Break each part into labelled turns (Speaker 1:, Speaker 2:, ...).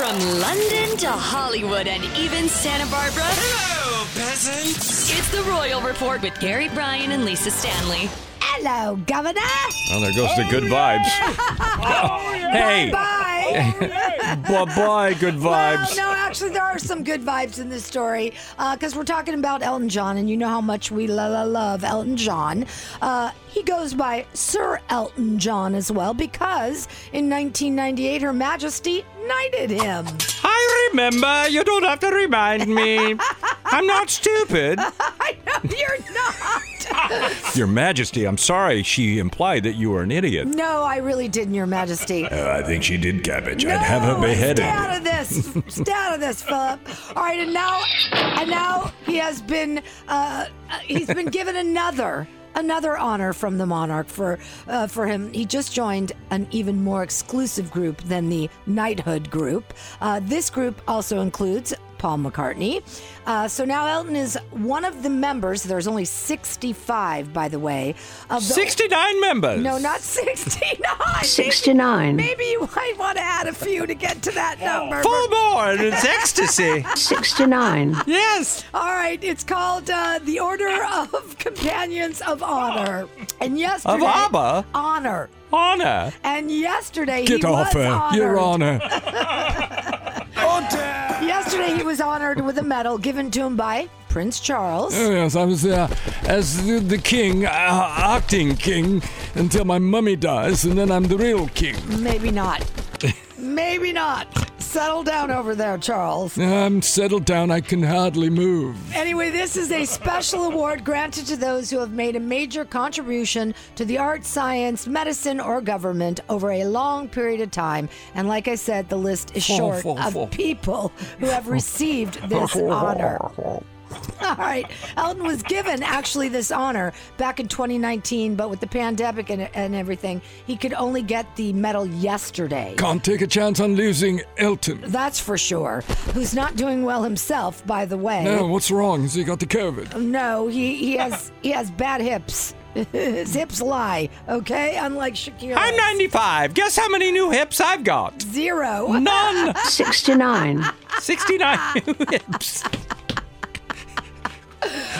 Speaker 1: From London to Hollywood and even Santa Barbara,
Speaker 2: Hello, peasants.
Speaker 1: it's the Royal Report with Gary Bryan and Lisa Stanley.
Speaker 3: Hello, Governor.
Speaker 4: Well, there goes the
Speaker 3: Oh,
Speaker 4: good vibes. Hey,
Speaker 3: Bye.
Speaker 4: bye bye, good
Speaker 3: Well,
Speaker 4: vibes.
Speaker 3: no, actually, there are some good vibes in this story because we're talking about Elton John, and you know how much we la la love Elton John. Uh, he goes by Sir Elton John as well because in 1998, Her Majesty knighted him.
Speaker 4: I remember. You don't have to remind me. I'm not stupid.
Speaker 3: I know you're not.
Speaker 4: Your Majesty, I'm sorry she implied that you were an idiot.
Speaker 3: no, I really didn't, Your Majesty.
Speaker 4: Uh, I think she did cabbage.
Speaker 3: no, Stay out of this. stay out of this, Philip. All right, and now, and now he has been uh, uh, he's been given another another honor from the monarch for uh, for him. He just joined an even more exclusive group than the knighthood group. Uh, this group also includes. Paul McCartney. Uh, so now Elton is one of the members. There's only 65, by the way. Of the,
Speaker 4: 69 members.
Speaker 3: no, not 69.
Speaker 5: 69.
Speaker 3: Maybe you might want to add a few to get to that number.
Speaker 4: Full born. It's ecstasy.
Speaker 5: 69.
Speaker 4: yes.
Speaker 3: All right, it's called uh, the Order of Companions of Honor. And yesterday,
Speaker 4: ABBA?
Speaker 3: honor.
Speaker 4: Honor.
Speaker 3: And yesterday
Speaker 4: Get
Speaker 3: he
Speaker 4: off
Speaker 3: was
Speaker 4: her,
Speaker 3: honored.
Speaker 4: Your Honor.
Speaker 3: Yesterday he was honored with a medal given to him by Prince Charles.
Speaker 4: Mm.
Speaker 6: Oh, yes, I was there as the, the king, uh, acting king, until my mummy dies, and then I'm the real king.
Speaker 3: Maybe not. Maybe not. Settle down over there, Charles.
Speaker 6: I'm settled down, I can hardly move.
Speaker 3: Anyway, this is a special award granted to those who have made a major contribution to the arts, science, medicine, or government over a long period of time. And like I said, the list is short
Speaker 6: four,
Speaker 3: of
Speaker 6: four.
Speaker 3: people who have received this honor. All right. Elton was given actually this honor back in 2019, but with the pandemic and, and everything, he could only get the medal yesterday.
Speaker 6: Can't take a chance on losing Elton.
Speaker 3: That's for sure. Who's not doing well himself, by the way.
Speaker 6: No, Oh, what's wrong? Has he got the COVID?
Speaker 3: No, he, he has he has bad hips. His hips lie, okay? Unlike Shakira.
Speaker 4: I'm 95. Guess how many new hips I've got?
Speaker 3: zero.
Speaker 4: None.
Speaker 5: 69.
Speaker 4: 69 new hips.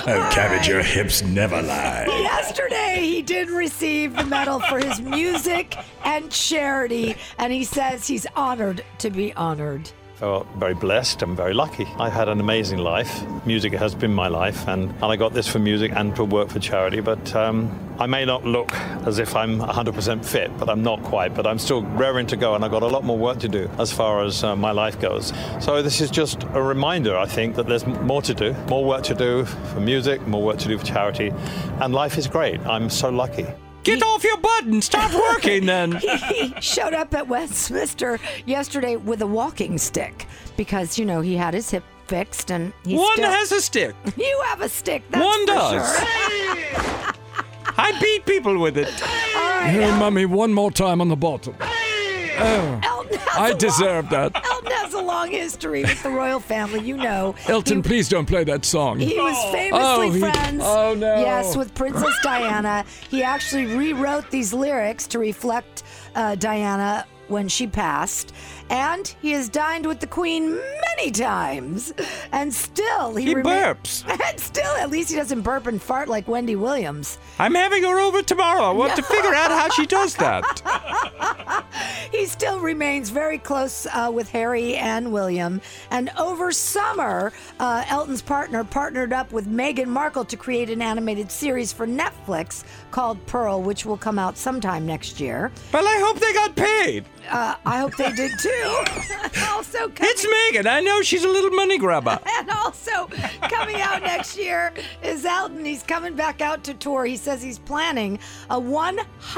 Speaker 7: Oh, cabbage, your hips never lie.
Speaker 3: Yesterday he did receive the medal for his music and charity, and he says he's honored to be honored.
Speaker 8: felt very blessed and very lucky. I had an amazing life. Music has been my life, and, and I got this for music and to work for charity. But um, I may not look as if I'm 100% fit, but I'm not quite. But I'm still raring to go, and I've got a lot more work to do as far as uh, my life goes. So this is just a reminder, I think, that there's m- more to do, more work to do for music, more work to do for charity, and life is great. I'm so lucky.
Speaker 4: Get off your butt and stop working then.
Speaker 3: He showed up at Westminster yesterday with a walking stick because, you know, he had his hip fixed and he's
Speaker 4: One
Speaker 3: still-
Speaker 4: has a stick.
Speaker 3: You have a stick, that's
Speaker 4: One
Speaker 3: for
Speaker 4: does.
Speaker 3: sure.
Speaker 4: I beat people with it.
Speaker 6: Hey, mummy, one more time on the bottom.
Speaker 3: Elton has a
Speaker 6: I
Speaker 3: walk-
Speaker 6: deserve that.
Speaker 3: Elton has a long history with the royal family, you know.
Speaker 6: Elton, please don't play that song.
Speaker 3: He was
Speaker 6: Oh,
Speaker 3: famously
Speaker 6: he-
Speaker 3: friends.
Speaker 6: oh, no.
Speaker 3: Yes, with Princess Diana. He actually rewrote these lyrics to reflect uh, Diana when she passed, and he has dined with the Queen many times, and still he,
Speaker 4: He
Speaker 3: rema-
Speaker 4: burps.
Speaker 3: And still, at least he doesn't burp and fart like Wendy Williams.
Speaker 4: I'm having her over tomorrow. I want to figure out how she does that.
Speaker 3: He still remains very close uh, with Harry and William. And over summer, uh, Elton's partner partnered up with Meghan Markle to create an animated series for Netflix called Pearl, which will come out sometime next year.
Speaker 4: Well, I hope they got paid.
Speaker 3: Uh, I hope they did too. also, coming,
Speaker 4: It's Megan. I know she's a little money grabber.
Speaker 3: and also coming out next year is Elton. He's coming back out to tour. He says he's planning a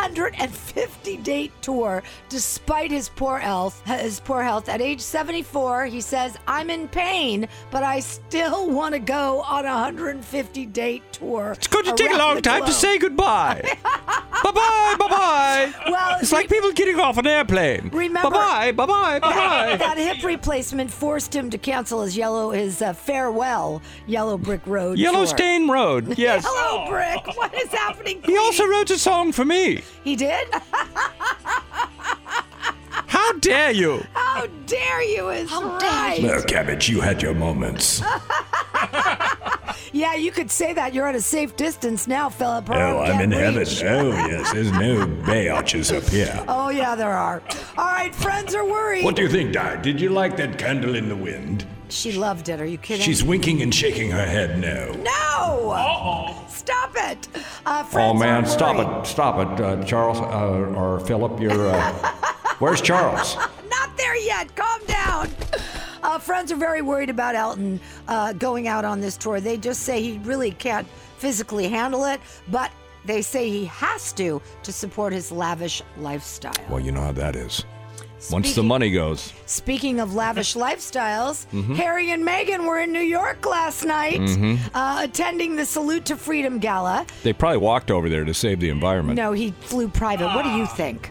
Speaker 3: 150 date tour despite his poor health. His poor health. At age 74, he says, "I'm in pain, but I still want to go on a 150 date tour."
Speaker 4: It's going to take a long time to say goodbye. bye bye, bye bye.
Speaker 3: Well,
Speaker 4: it's
Speaker 3: you-
Speaker 4: like people getting off an airplane.
Speaker 3: Remember-
Speaker 4: Bye bye, bye bye, bye bye.
Speaker 3: that hip replacement forced him to cancel his yellow his uh, farewell Yellow Brick Road. tour.
Speaker 4: Yellowstone Road. Yes.
Speaker 3: Yellow Brick. What is happening?
Speaker 4: He
Speaker 3: Queen?
Speaker 4: also wrote a song for me.
Speaker 3: he did.
Speaker 4: How dare you?
Speaker 3: How dare you? Is right.
Speaker 7: Well, Cabbage, you had your moments.
Speaker 3: Yeah, you could say that. You're at a safe distance now, Philip. or
Speaker 7: Oh,
Speaker 3: I
Speaker 7: I'm
Speaker 3: can't
Speaker 7: in heaven.
Speaker 3: reach.
Speaker 7: Oh, yes, there's no bay arches up here.
Speaker 3: Oh yeah, there are. All right, friends are worried.
Speaker 7: What do you think, Di? Did you like that candle in the wind?
Speaker 3: She loved it. Are you kidding?
Speaker 7: She's winking and shaking her head no.
Speaker 3: no. Stop it. Uh,
Speaker 9: Oh
Speaker 3: friends
Speaker 9: man,
Speaker 3: are
Speaker 9: stop
Speaker 3: worried.
Speaker 9: it, stop it, uh, Charles uh, or Philip. You're uh, where's Charles?
Speaker 3: Not there yet. Calm down. Uh, friends are very worried about Elton uh, going out on this tour. They just say he really can't physically handle it, but they say he has to to support his lavish lifestyle.
Speaker 6: Well, you know how that is. Once the money goes,
Speaker 3: Speaking of lavish lifestyles,
Speaker 6: Mm-hmm.
Speaker 3: Harry and Meghan were in New York last night
Speaker 6: Mm-hmm.
Speaker 3: uh, attending the Salute to Freedom Gala.
Speaker 6: they probably walked over there to save the environment.
Speaker 3: No, he flew private. What do you think?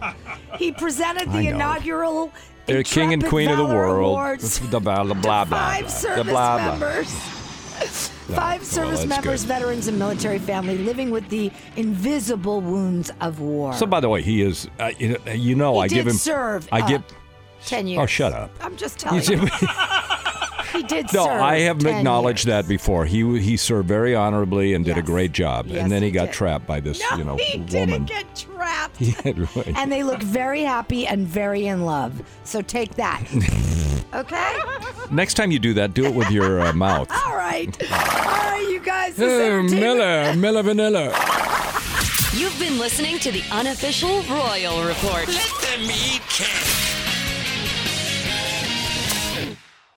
Speaker 3: He presented
Speaker 6: I
Speaker 3: the
Speaker 6: know.
Speaker 3: inaugural
Speaker 6: They're king and
Speaker 3: Intrepid
Speaker 6: queen of the
Speaker 3: Valor
Speaker 6: world.
Speaker 3: Awards
Speaker 6: The blah, blah, blah,
Speaker 3: to
Speaker 6: blah,
Speaker 3: five
Speaker 6: blah,
Speaker 3: service
Speaker 6: the blah, blah.
Speaker 3: members. Five service
Speaker 6: that's
Speaker 3: members,
Speaker 6: good.
Speaker 3: veterans, and military family living with the invisible wounds of war.
Speaker 6: So, by the way, he is. Uh, you know, you know
Speaker 3: He
Speaker 6: I give
Speaker 3: did
Speaker 6: him.
Speaker 3: serve,
Speaker 6: I
Speaker 3: uh,
Speaker 6: give.
Speaker 3: ten years.
Speaker 6: Oh, shut up.
Speaker 3: I'm just telling
Speaker 6: You
Speaker 3: you.
Speaker 6: see-
Speaker 3: He did
Speaker 6: no,
Speaker 3: serve
Speaker 6: I have
Speaker 3: 10
Speaker 6: acknowledged
Speaker 3: years.
Speaker 6: that before. He w- he served very honorably and did a
Speaker 3: Yes.
Speaker 6: great job,
Speaker 3: Yes,
Speaker 6: and then he,
Speaker 3: he
Speaker 6: got
Speaker 3: did.
Speaker 6: trapped by this,
Speaker 3: No,
Speaker 6: you know,
Speaker 3: he
Speaker 6: woman.
Speaker 3: didn't get trapped.
Speaker 6: Yeah, right.
Speaker 3: and they look very happy and very in love. So take that. okay?
Speaker 6: Next time you do that, do it with your uh, mouth.
Speaker 3: All right. All right, you guys. This
Speaker 6: Oh,
Speaker 3: entertainment-
Speaker 6: Miller, Miller Vanilla.
Speaker 1: You've been listening to the unofficial Royal Report.
Speaker 2: Let them eat cake.